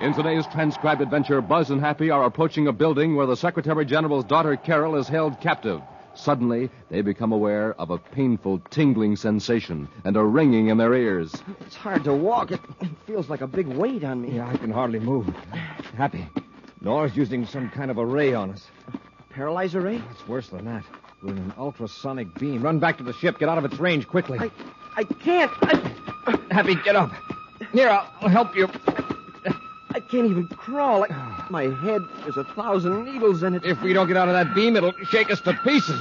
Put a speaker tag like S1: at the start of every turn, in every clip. S1: In today's transcribed adventure, Buzz and Happy are approaching a building where the Secretary General's daughter Carol is held captive. Suddenly, they become aware of a painful, tingling sensation and a ringing in their ears.
S2: It's hard to walk. It feels like a big weight on me.
S3: Yeah, I can hardly move. Happy. Nora's using some kind of a ray on us.
S2: Paralyzer ray?
S3: It's worse than that. We're in an ultrasonic beam. Run back to the ship. Get out of its range quickly.
S2: I, I can't. I,
S3: Happy, get up. Here, I'll, I'll help you.
S2: I can't even crawl. I, my head is a thousand needles in it.
S3: If we don't get out of that beam, it'll shake us to pieces.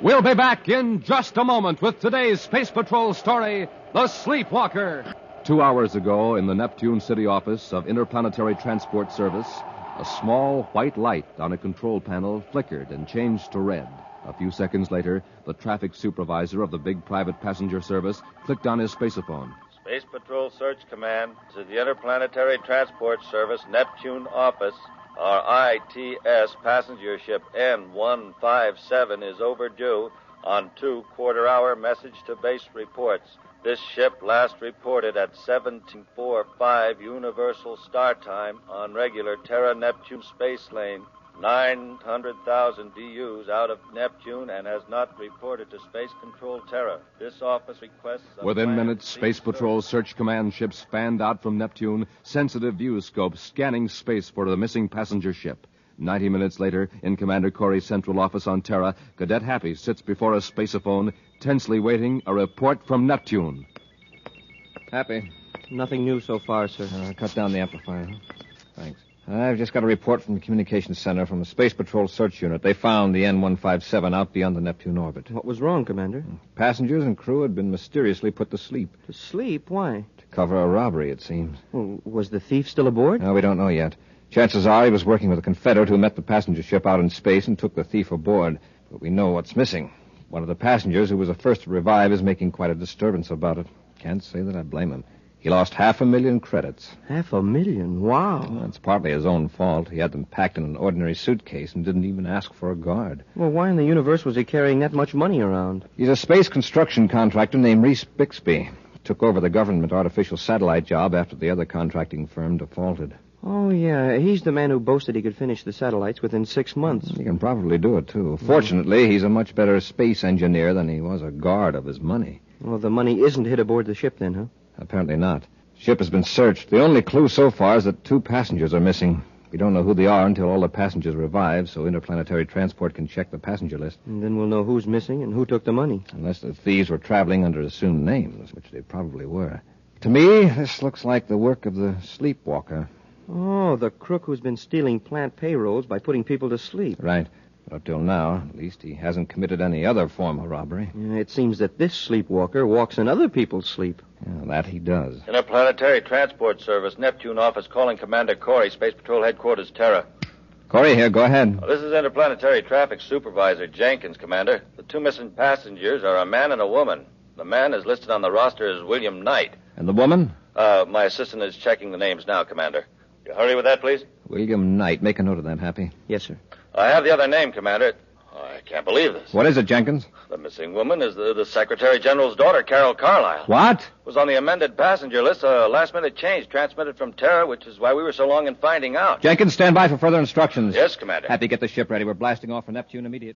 S1: We'll be back in just a moment with today's Space Patrol story The Sleepwalker. Two hours ago, in the Neptune City office of Interplanetary Transport Service, a small white light on a control panel flickered and changed to red. A few seconds later, the traffic supervisor of the big private passenger service clicked on his spaceophone.
S4: Space Patrol Search Command to the Interplanetary Transport Service Neptune Office. Our ITS passenger ship N157 is overdue on two quarter hour message to base reports. This ship last reported at 1745 Universal Star Time on regular Terra Neptune space lane. 900,000 DUs out of Neptune and has not reported to Space Control Terra. This office requests. a
S1: Within
S4: plan
S1: minutes,
S4: C
S1: Space
S4: search.
S1: Patrol search command ships fanned out from Neptune, sensitive view scopes scanning space for the missing passenger ship. Ninety minutes later, in Commander Corey's central office on Terra, Cadet Happy sits before a spaceophone, tensely waiting a report from Neptune.
S3: Happy.
S2: Nothing new so far, sir.
S3: Uh, cut down the amplifier. Thanks. I've just got a report from the communications center from the Space Patrol search unit. They found the N157 out beyond the Neptune orbit.
S2: What was wrong, Commander?
S3: Passengers and crew had been mysteriously put to sleep
S2: To sleep? Why?
S3: to cover a robbery, it seems.
S2: Well, was the thief still aboard?
S3: No, we don't know yet. Chances are he was working with a Confederate who met the passenger ship out in space and took the thief aboard. But we know what's missing. One of the passengers who was the first to revive is making quite a disturbance about it. Can't say that I blame him. He lost half a million credits.
S2: Half a million. Wow.
S3: Well, it's partly his own fault. He had them packed in an ordinary suitcase and didn't even ask for a guard.
S2: Well, why in the universe was he carrying that much money around?
S3: He's a space construction contractor named Reese Bixby. Took over the government artificial satellite job after the other contracting firm defaulted.
S2: Oh, yeah. He's the man who boasted he could finish the satellites within six months.
S3: He can probably do it, too. Fortunately, he's a much better space engineer than he was a guard of his money.
S2: Well, the money isn't hid aboard the ship, then, huh?
S3: Apparently not. Ship has been searched. The only clue so far is that two passengers are missing. We don't know who they are until all the passengers revive, so interplanetary transport can check the passenger list.
S2: And then we'll know who's missing and who took the money.
S3: Unless the thieves were traveling under assumed names, which they probably were. To me, this looks like the work of the sleepwalker.
S2: Oh, the crook who's been stealing plant payrolls by putting people to sleep.
S3: Right. But up till now, at least, he hasn't committed any other form of robbery.
S2: Yeah, It seems that this sleepwalker walks in other people's sleep.
S3: Yeah, that he does.
S4: Interplanetary Transport Service, Neptune office calling Commander Corey, Space Patrol Headquarters, Terra.
S3: Corey, here, go ahead.
S4: This is Interplanetary Traffic Supervisor Jenkins, Commander. The two missing passengers are a man and a woman. The man is listed on the roster as William Knight.
S3: And the woman?
S4: Uh, my assistant is checking the names now, Commander. You hurry with that, please?
S3: William Knight. Make a note of that, Happy.
S2: Yes, sir.
S4: I have the other name, Commander. Oh, I can't believe this.
S3: What is it, Jenkins?
S4: The missing woman is the, the Secretary General's daughter, Carol Carlisle.
S3: What?
S4: Was on the amended passenger list, a last minute change transmitted from Terra, which is why we were so long in finding out.
S3: Jenkins, stand by for further instructions.
S4: Yes, Commander.
S3: Happy, get the ship ready. We're blasting off for Neptune immediately.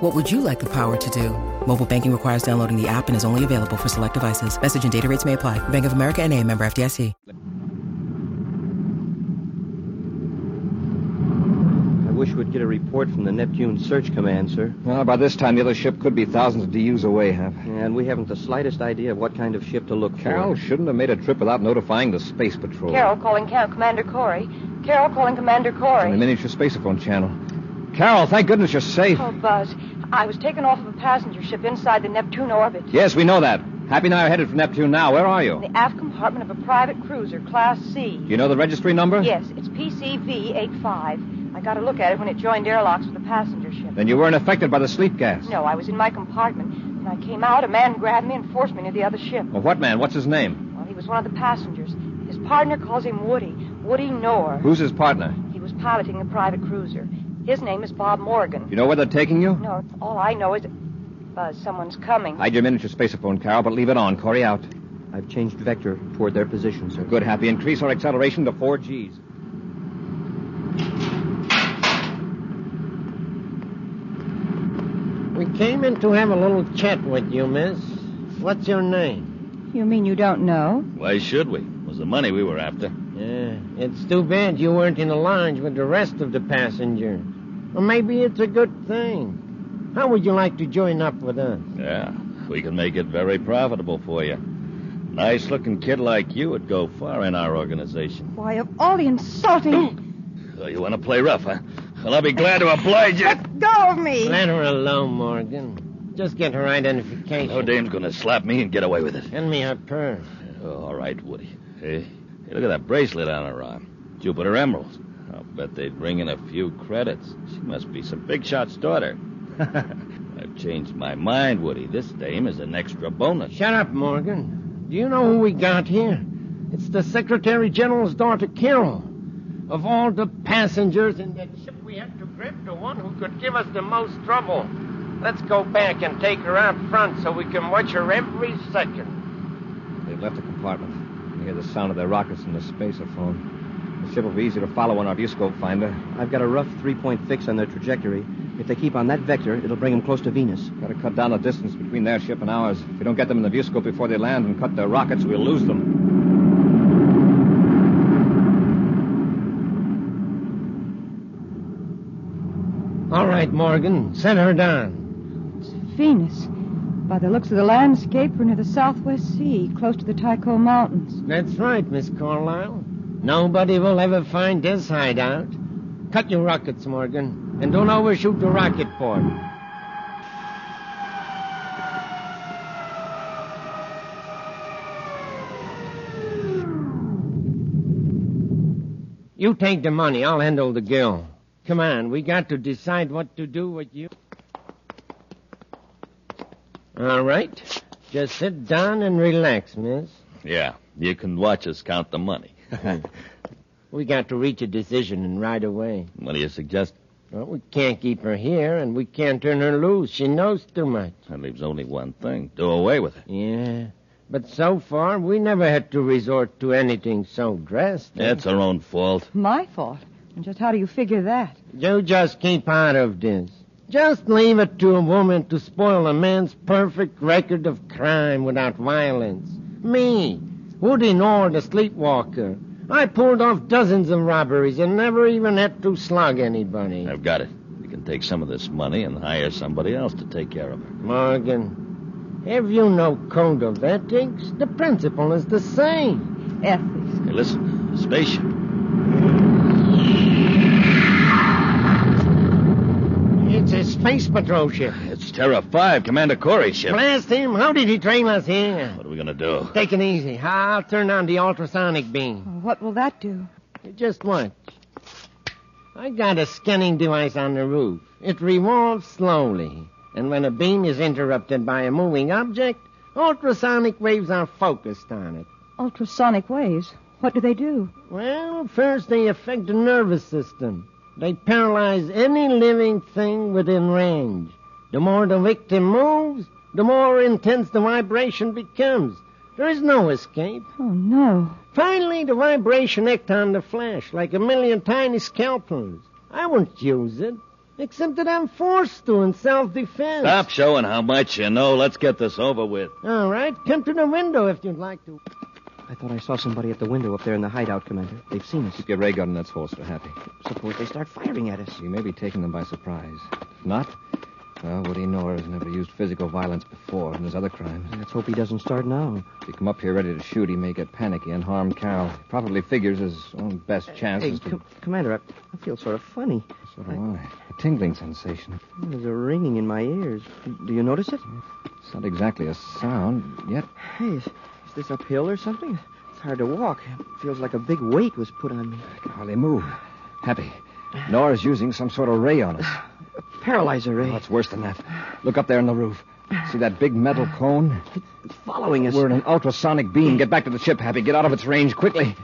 S5: What would you like the power to do? Mobile banking requires downloading the app and is only available for select devices. Message and data rates may apply. Bank of America and a member FDIC.
S2: I wish
S6: wish we'd get a report from the Neptune Search Command, sir.
S3: Well, by this time, the other ship could be thousands of DUs away, huh?
S6: And we haven't the slightest idea of what kind of ship to look
S3: Carol
S6: for.
S3: shouldn't have made a trip without notifying the Space Patrol.
S7: Carol calling Ca- Commander Corey. Carol calling Commander
S3: On the
S7: Corey.
S3: miniature spacephone channel. Carol, thank goodness you're safe.
S7: Oh, Buzz, I was taken off of a passenger ship inside the Neptune orbit.
S3: Yes, we know that. Happy and I are headed for Neptune now. Where are you?
S7: In the aft compartment of a private cruiser, Class C.
S3: Do you know the registry number?
S7: Yes, it's PCV-85. I got a look at it when it joined airlocks with the passenger ship.
S3: Then you weren't affected by the sleep gas.
S7: No, I was in my compartment. When I came out, a man grabbed me and forced me to the other ship.
S4: Oh.
S3: Well, what man? What's his name?
S7: Well, he was one of the passengers. His partner calls him Woody. Woody Knorr.
S3: Who's his partner?
S7: He was piloting the private cruiser. His name is Bob Morgan.
S3: You know where they're taking you?
S7: No, all I know is... Buzz, someone's coming.
S3: Hide your miniature spacephone, Carol, but leave it on. Corey out.
S6: I've changed vector toward their position, sir.
S3: Good, Happy. Increase our acceleration to four G's.
S2: We came in to have a little chat with you, miss. What's your name?
S8: You mean you don't know?
S4: Why should we? It was the money we were after.
S2: Yeah, it's too bad you weren't in the lounge with the rest of the passenger. Or maybe it's a good thing. How would you like to join up with us?
S4: Yeah, we can make it very profitable for you. Nice looking kid like you would go far in our organization.
S8: Why, of all the insulting.
S4: So you want to play rough, huh? Well, I'll be glad to oblige you.
S8: Go of me!
S2: Let her alone, Morgan. Just get her identification.
S4: No dame's going to slap me and get away with it.
S2: Hand me her purse.
S4: Oh, all right, Woody. Hey, hey, look at that bracelet on her arm. Jupiter Emeralds. I'll bet they'd bring in a few credits. She must be some big shot's daughter. I've changed my mind, Woody. This dame is an extra bonus.
S2: Shut up, Morgan. Do you know who we got here? It's the Secretary General's daughter, Carol. Of all the passengers in that ship, we had to grab the one who could give us the most trouble. Let's go back and take her out front so we can watch her every second.
S3: They've left the compartment. You hear the sound of their rockets in the spacerphone. The ship will be easy to follow on our viewscope finder.
S6: I've got a rough three-point fix on their trajectory. If they keep on that vector, it'll bring them close to Venus.
S3: Got to cut down the distance between their ship and ours. If we don't get them in the viewscope before they land and cut their rockets, we'll lose them.
S2: All right, Morgan, set her down.
S8: It's Venus. By the looks of the landscape, we're near the Southwest Sea, close to the Tycho Mountains.
S2: That's right, Miss Carlyle. Nobody will ever find this hideout. Cut your rockets, Morgan, and don't overshoot the rocket port. You take the money. I'll handle the girl. Come on, we got to decide what to do with you. All right. Just sit down and relax, miss.
S4: Yeah, you can watch us count the money.
S2: We got to reach a decision and right away.
S4: What do you suggest?
S2: Well, we can't keep her here, and we can't turn her loose. She knows too much.
S4: That leaves only one thing do away with it.
S2: Yeah. But so far, we never had to resort to anything so drastic.
S4: That's her own fault.
S8: My fault. And just how do you figure that?
S2: You just keep out of this. Just leave it to a woman to spoil a man's perfect record of crime without violence. Me, Woody Nor, the sleepwalker. I pulled off dozens of robberies and never even had to slug anybody.
S4: I've got it. We can take some of this money and hire somebody else to take care of her.
S2: Morgan, have you no code of ethics? The principle is the same.
S8: Ethics.
S4: Hey, listen, spaceship.
S2: It's a space patrol ship.
S4: It's Terra 5, Commander Corey's ship.
S2: Blast him! How did he train us here?
S4: What are we going to do?
S2: Take it easy. I'll turn on the ultrasonic beam.
S8: Well, what will that do?
S2: Just watch. I got a scanning device on the roof. It revolves slowly, and when a beam is interrupted by a moving object, ultrasonic waves are focused on it.
S8: Ultrasonic waves. What do they do?
S2: Well, first they affect the nervous system. They paralyze any living thing within range. The more the victim moves, the more intense the vibration becomes. There is no escape.
S8: Oh, no.
S2: Finally, the vibration acts on the flesh like a million tiny scalpels. I won't use it, except that I'm forced to in self-defense.
S4: Stop showing how much you know. Let's get this over with.
S2: All right, come to the window if you'd like to. I thought I saw somebody at the window up there in the hideout, Commander. They've seen us.
S3: Keep your ray gun in that's holster, Happy.
S2: Suppose they start firing at us.
S3: You may be taking them by surprise. If not, well, Woody Nora has never used physical violence before in his other crimes.
S2: Let's hope he doesn't start now.
S3: If you come up here ready to shoot, he may get panicky and harm Carol. He probably figures his own best chance
S2: Hey,
S3: is to...
S2: Com- Commander, I, I feel sort of funny.
S3: So do I. A tingling sensation.
S2: There's a ringing in my ears. Do you notice it?
S3: It's not exactly a sound, yet
S2: Hey, is, is this uphill or something? It's hard to walk. It feels like a big weight was put on me.
S3: I can hardly move. Happy. Nora's using some sort of ray on us.
S2: Paralyzer eh? ray.
S3: Oh, it's worse than that. Look up there on the roof. See that big metal cone?
S2: it's following us.
S3: We're in an ultrasonic beam. Get back to the ship, Happy. Get out of its range quickly.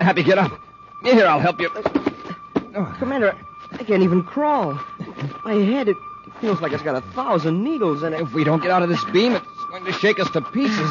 S3: Happy, get up. Here, I'll help you.
S2: Commander, I can't even crawl. My head, it feels like it's got a thousand needles in it.
S3: If we don't get out of this beam, it's going to shake us to pieces.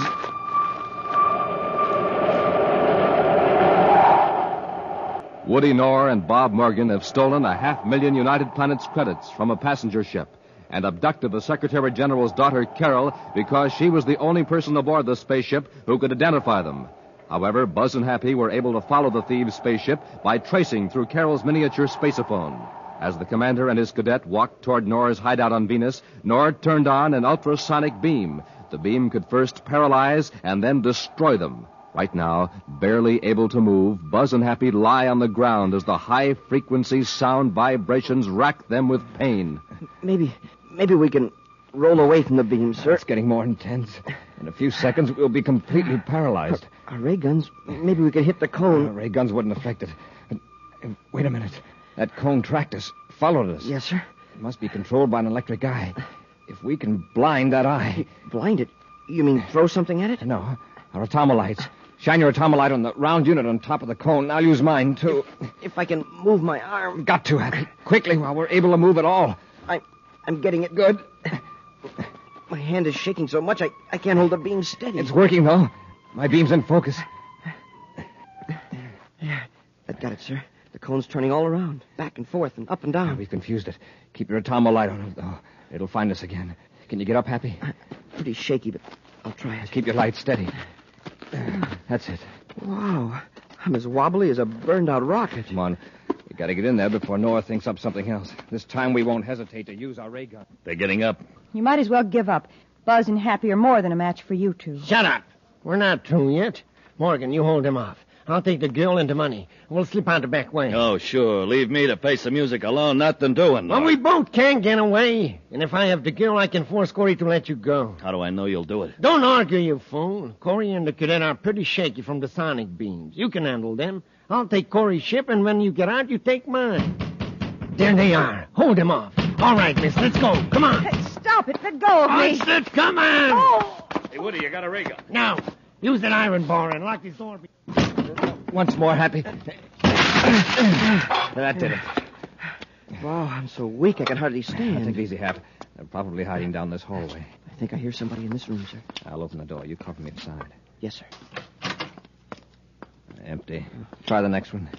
S1: Woody Knorr and Bob Morgan have stolen a half million United Planets credits from a passenger ship and abducted the Secretary General's daughter, Carol, because she was the only person aboard the spaceship who could identify them. However, Buzz and Happy were able to follow the thieves' spaceship by tracing through Carol's miniature spacophone. As the commander and his cadet walked toward Nor's hideout on Venus, Nor turned on an ultrasonic beam. The beam could first paralyze and then destroy them. Right now, barely able to move, Buzz and Happy lie on the ground as the high frequency sound vibrations rack them with pain.
S2: Maybe, maybe we can roll away from the beam, sir.
S3: It's getting more intense. In a few seconds, we'll be completely paralyzed.
S2: Our ray guns, maybe we could hit the
S3: Uh,
S2: cone.
S3: ray guns wouldn't affect it. Uh, uh, Wait a minute. That cone tracked us, followed us.
S2: Yes, sir.
S3: It must be controlled by an electric eye. If we can blind that eye.
S2: Blind it. You mean throw something at it?
S3: No, our atomolites. Shine your atomolite on the round unit on top of the cone. I'll use mine, too.
S2: If I can move my arm,
S3: Got to, Happy. Quickly, while we're able to move at all.
S2: I, I'm getting it good. My hand is shaking so much I, I can't hold the beam steady.
S3: It's working, though. My beam's in focus.
S2: I've got it, sir. The cone's turning all around, back and forth, and up and down.
S3: Ah, We've confused it. Keep your atomolite on it, though. It'll find us again. Can you get up, Happy?
S2: Pretty shaky, but I'll try it.
S3: Keep your light steady. That's it.
S2: Wow. I'm as wobbly as a burned out rocket.
S3: Come on. We gotta get in there before Nora thinks up something else. This time we won't hesitate to use our ray gun.
S4: They're getting up.
S8: You might as well give up. Buzz and Happy are more than a match for you two.
S9: Shut up. We're not through yet. Morgan, you hold him off. I'll take the girl and the money. We'll slip out the back way.
S4: Oh, sure. Leave me to face the music alone. Nothing doing.
S9: Well,
S4: Nora.
S9: we both can't get away. And if I have the girl, I can force Corey to let you go.
S4: How do I know you'll do it?
S9: Don't argue, you fool. Corey and the cadet are pretty shaky from the sonic beams. You can handle them. I'll take Corey's ship, and when you get out, you take mine. There they are. Hold them off. All right, miss, let's go. Come on.
S8: Stop it! Let go of me! Oh.
S9: What's it? Come on.
S4: Hey, Woody, you got a ray gun.
S9: Now, use that iron bar and lock this door.
S3: Once more, Happy. that did it.
S2: Wow, Oh, I'm so weak I can hardly stand.
S3: Take it easy, Hap. They're probably hiding down this hallway.
S2: I think I hear somebody in this room, sir.
S3: I'll open the door. You cover me inside.
S2: Yes, sir.
S3: Empty. Try the next one.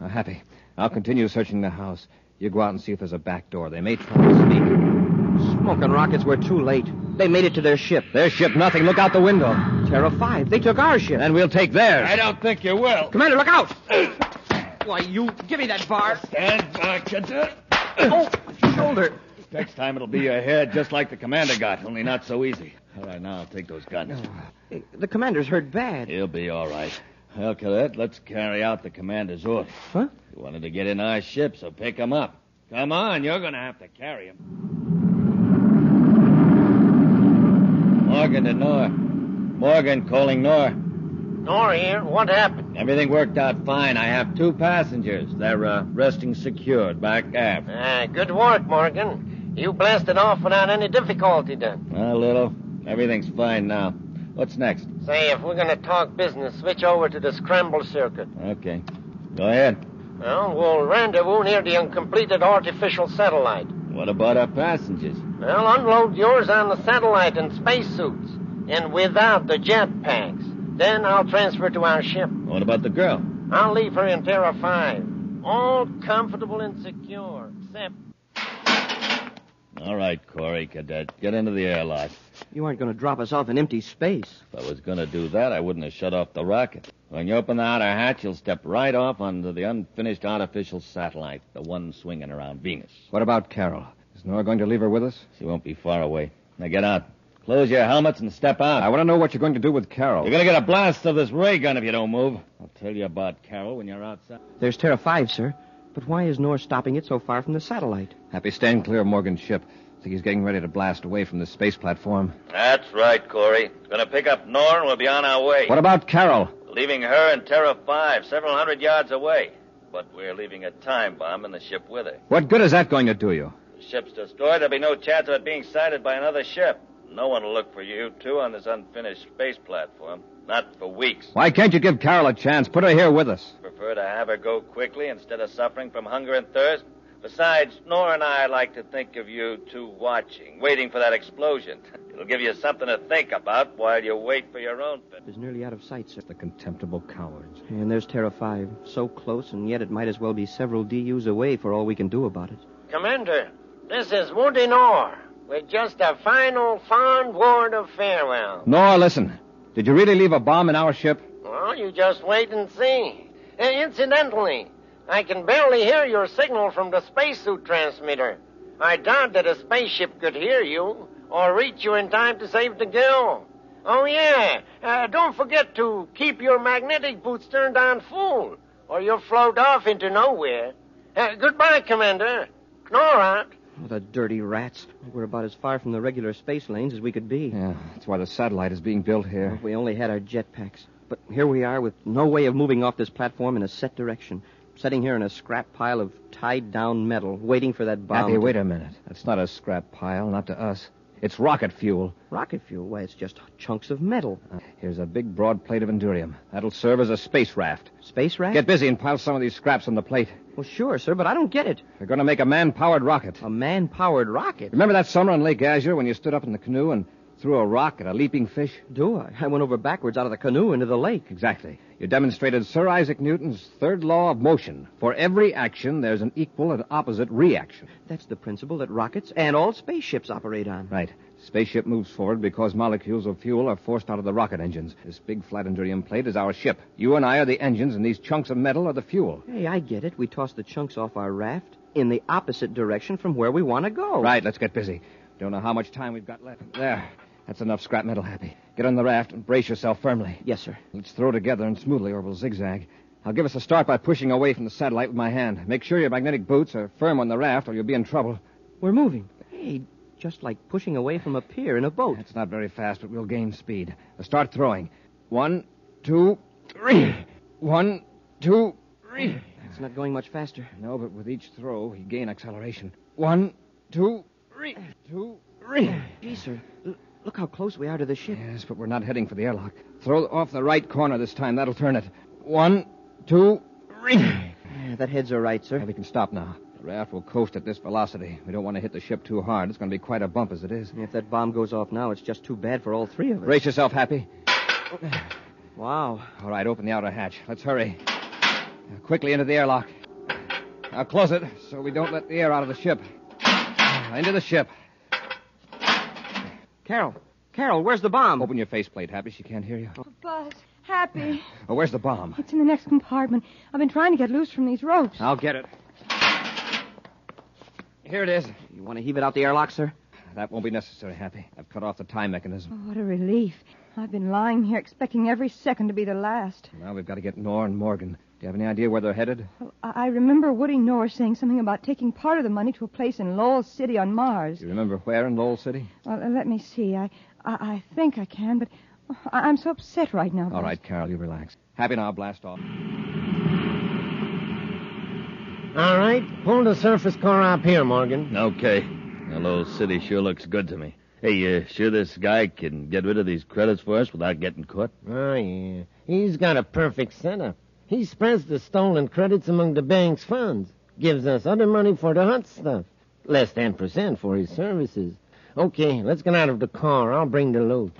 S3: Now, Happy, I'll continue searching the house. You go out and see if there's a back door. They may try to sneak.
S2: Smoking rockets were too late. They made it to their ship.
S3: Their ship, nothing. Look out the window.
S2: Terra 5. They took our ship.
S3: Then we'll take theirs.
S4: don't think you will.
S2: Commander, look out! Why, you... Give me that bar.
S4: And uh, back, cadet.
S2: Oh, shoulder.
S4: Next time it'll be your head, just like the commander got, only not so easy. All right, now I'll take those guns.
S2: Hey, The commander's hurt bad.
S4: He'll be all right. Well, cadet, let's carry out the commander's order.
S2: Huh?
S4: He wanted to get in our ship, so pick him up. Come on, you're going to have to carry him. Morgan to Nor. Morgan calling Nor.
S9: Nor here. What happened?
S4: Everything worked out fine. I have two passengers. They're uh, resting secured back aft.
S9: Ah, good work, Morgan. You blasted off without any difficulty then.
S4: A little. Everything's fine now. What's next?
S9: Say, if we're going to talk business, switch over to the scramble circuit.
S4: Okay. Go ahead.
S9: Well, we'll rendezvous near the uncompleted artificial satellite.
S4: What about our passengers?
S9: Well, unload yours on the satellite in spacesuits and without the jet packs. Then I'll transfer to our ship.
S4: What about the girl?
S9: I'll leave her in Terra 5. All comfortable and secure, except
S4: All All right, Corey, cadet, get into the airlock.
S2: You aren't going to drop us off in empty space.
S4: If I was going to do that, I wouldn't have shut off the rocket. When you open the outer hatch, you'll step right off onto the unfinished artificial satellite, the one swinging around Venus.
S3: What about Carol? Is Nora going to leave her with us?
S4: She won't be far away. Now get out. Close your helmets and step out.
S3: I want to know what you're going to do with Carol.
S4: You're going to get a blast of this ray gun if you don't move. I'll tell you about Carol when you're outside.
S2: There's Terra 5, sir. But why is Nor stopping it so far from the satellite?
S3: Happy, stand clear of Morgan's ship. I think he's getting ready to blast away from the space platform.
S4: That's right, Corey. Gonna pick up Norn, we'll be on our way.
S3: What about Carol?
S4: Leaving her and Terra 5 several hundred yards away. But we're leaving a time bomb in the ship with her.
S3: What good is that going to do you?
S4: The ship's destroyed, there'll be no chance of it being sighted by another ship. No one will look for you two on this unfinished space platform. Not for weeks.
S3: Why can't you give Carol a chance? Put her here with us.
S4: Prefer to have her go quickly instead of suffering from hunger and thirst. Besides, Nora and I like to think of you two watching, waiting for that explosion. It'll give you something to think about while you wait for your own. fin-
S2: It's nearly out of sight, sir.
S3: The contemptible cowards.
S2: And there's Terra 5. So close, and yet it might as well be several DUs away for all we can do about it.
S9: Commander, this is Woody Nor with just a final fond word of farewell.
S3: Nora, listen. Did you really leave a bomb in our ship?
S9: Well, you just wait and see. Uh, incidentally, I can barely hear your signal from the spacesuit transmitter. I doubt that a spaceship could hear you or reach you in time to save the girl. Oh, yeah. Uh, don't forget to keep your magnetic boots turned on full, or you'll float off into nowhere. Uh, goodbye, Commander. Knorrant.
S2: Oh, the dirty rats. We're about as far from the regular space lanes as we could be.
S3: Yeah, that's why the satellite is being built here.
S2: If we only had our jetpacks. But here we are with no way of moving off this platform in a set direction. Sitting here in a scrap pile of tied down metal, waiting for that bomb.
S3: Happy,
S2: to-
S3: wait a minute. That's not a scrap pile, not to us. It's rocket fuel.
S2: Rocket fuel? Why, it's just chunks of metal.
S3: Here's a big, broad plate of endurium. That'll serve as a space raft.
S2: Space raft?
S3: Get busy and pile some of these scraps on the plate.
S2: Well, sure, sir, but I don't get it.
S3: They're going to make a man-powered rocket.
S2: A man powered rocket?
S3: Remember that summer on Lake Azure when you stood up in the canoe and threw a rock at a leaping fish?
S2: Do I? I went over backwards out of the canoe into the lake.
S3: Exactly. You demonstrated Sir Isaac Newton's third law of motion. For every action, there's an equal and opposite reaction.
S2: That's the principle that rockets and all spaceships operate on.
S3: Right. Spaceship moves forward because molecules of fuel are forced out of the rocket engines. This big flat endurium plate is our ship. You and I are the engines, and these chunks of metal are the fuel.
S2: Hey, I get it. We toss the chunks off our raft in the opposite direction from where we want to go.
S3: Right, let's get busy. Don't know how much time we've got left. There. That's enough scrap metal, Happy. Get on the raft and brace yourself firmly.
S2: Yes, sir.
S3: Let's throw together and smoothly, or we'll zigzag. I'll give us a start by pushing away from the satellite with my hand. Make sure your magnetic boots are firm on the raft, or you'll be in trouble.
S2: We're moving. Hey, just like pushing away from a pier in a boat.
S3: It's not very fast, but we'll gain speed. Now start throwing. One, two, three. One, two, three.
S2: It's not going much faster.
S3: No, but with each throw, we gain acceleration. One, two, three. Two, three.
S2: Gee, sir, l- look how close we are to the ship.
S3: Yes, but we're not heading for the airlock. Throw off the right corner this time. That'll turn it. One, two, three.
S2: Yeah, that heads are right,
S3: Now
S2: sir.
S3: we can stop now. The raft will coast at this velocity. We don't want to hit the ship too hard. It's going to be quite a bump as it is.
S2: If that bomb goes off now, it's just too bad for all three of us.
S3: Brace yourself, Happy.
S2: Wow.
S3: All right, open the outer hatch. Let's hurry. Now, quickly into the airlock. Now close it so we don't let the air out of the ship. Now, Into the ship.
S2: Carol, Carol, where's the bomb?
S3: Open your faceplate, Happy. She can't hear you.
S8: Buzz, happy.
S3: Oh, where's the bomb?
S8: It's in the next compartment. I've been trying to get loose from these ropes.
S3: I'll get it. Here it is.
S2: You want to heave it out the airlock, sir?
S3: That won't be necessary, Happy. I've cut off the time mechanism.
S8: Oh, what a relief. I've been lying here expecting every second to be the last.
S3: Now we've got to get Nor and Morgan. Do you have any idea where they're headed?
S8: Well, I I remember Woody Norris saying something about taking part of the money to a place in Lowell City on Mars.
S3: Do you remember where in Lowell City?
S8: Well, uh, let me see. I, I, I think I can, but oh, I- I'm so upset right now.
S3: All
S8: Buzz.
S3: right, Carol, you relax. Happy now, blast off.
S9: All right, pull the surface car up here, Morgan.
S4: Okay. Hello, city sure looks good to me. Hey, you sure this guy can get rid of these credits for us without getting caught?
S9: Oh, yeah. He's got a perfect setup. He spreads the stolen credits among the bank's funds, gives us other money for the hot stuff, less 10% for his services. Okay, let's get out of the car. I'll bring the load.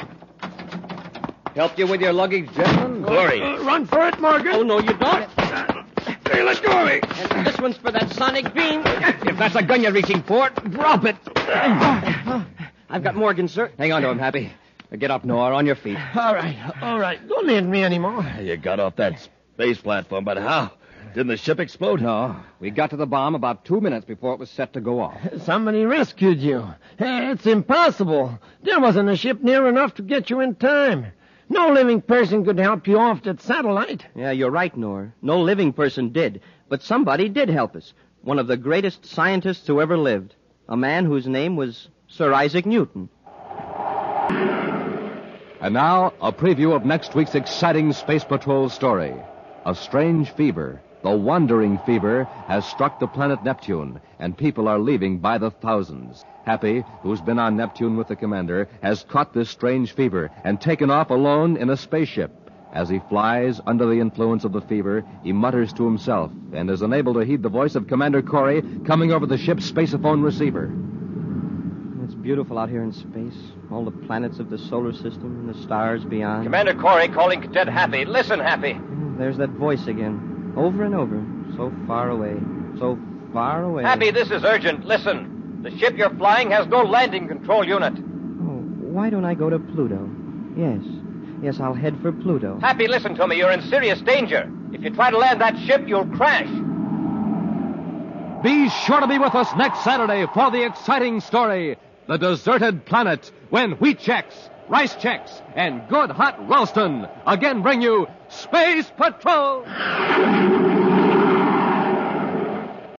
S3: Help you with your luggage, gentlemen?
S4: Corey,
S9: Uh, Run for it, Morgan!
S2: Oh, no, you don't.
S3: Hey, let go of me!
S2: This one's for that sonic beam.
S3: If that's a gun you're reaching for, drop it.
S2: I've got Morgan, sir. Hang on to him, Happy. Now Get up, Nora, on your feet.
S10: All right, all right. Don't need me anymore.
S4: You got off that space platform, but how? Didn't the ship explode?
S11: No, we got to the bomb about two minutes before it was set to go off.
S10: Somebody rescued you. Hey, It's impossible. There wasn't a ship near enough to get you in time. No living person could help you off that satellite.
S2: Yeah, you're right, Nora. No living person did. But somebody did help us. One of the greatest scientists who ever lived. A man whose name was Sir Isaac Newton.
S3: And now, a preview of next week's exciting Space Patrol story. A strange fever, the wandering fever, has struck the planet Neptune, and people are leaving by the thousands. Happy, who's been on Neptune with the commander, has caught this strange fever and taken off alone in a spaceship. As he flies under the influence of the fever, he mutters to himself and is unable to heed the voice of Commander Corey coming over the ship's spacophone receiver.
S2: It's beautiful out here in space. All the planets of the solar system and the stars beyond.
S4: Commander Corey calling Cadet Happy. Listen, Happy.
S2: There's that voice again. Over and over. So far away. So far away.
S4: Happy, this is urgent. Listen. The ship you're flying has no landing control unit.
S2: Oh, why don't I go to Pluto? Yes. Yes, I'll head for Pluto.
S4: Happy, listen to me. You're in serious danger. If you try to land that ship, you'll crash.
S3: Be sure to be with us next Saturday for the exciting story The Deserted Planet, when wheat checks, rice checks, and good hot Ralston again bring you Space Patrol!